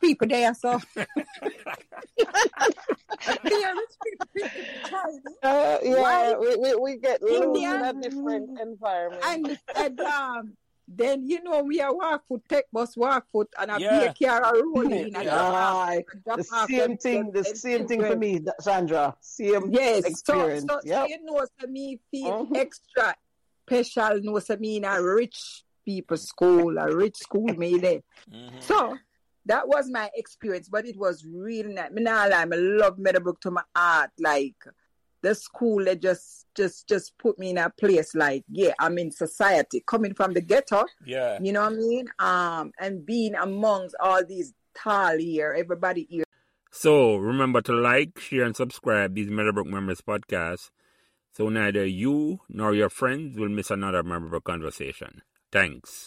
people down, so yeah, rich people, people crazy. Uh, yeah, White, we, we, we get loose in a Indian. different environment. and, and um, then you know we are walk foot, take bus walk foot, and a Yeah. yeah. car a roll in. And drop off- Aye, drop Ah, the off same them- thing. The them same thing children. for me, Sandra. Same Yes, so, experience. so, so Yep. you know, so me feel Mhm. extra special. No, so me in a rich people school, a rich school made there. Mhm. So that was my experience, but it was really nice. Me nah lie, me love Meadowbrook to my heart. Like the school, they just just just put me in a place like yeah, I'm in society. Coming from the ghetto, Yeah. you know what I mean? Um, and being amongst all these tall here, everybody here. So remember to like, share, and subscribe these Meadowbrook Memories podcasts so neither you nor your friends will miss another Meadowbrook conversation. Thanks.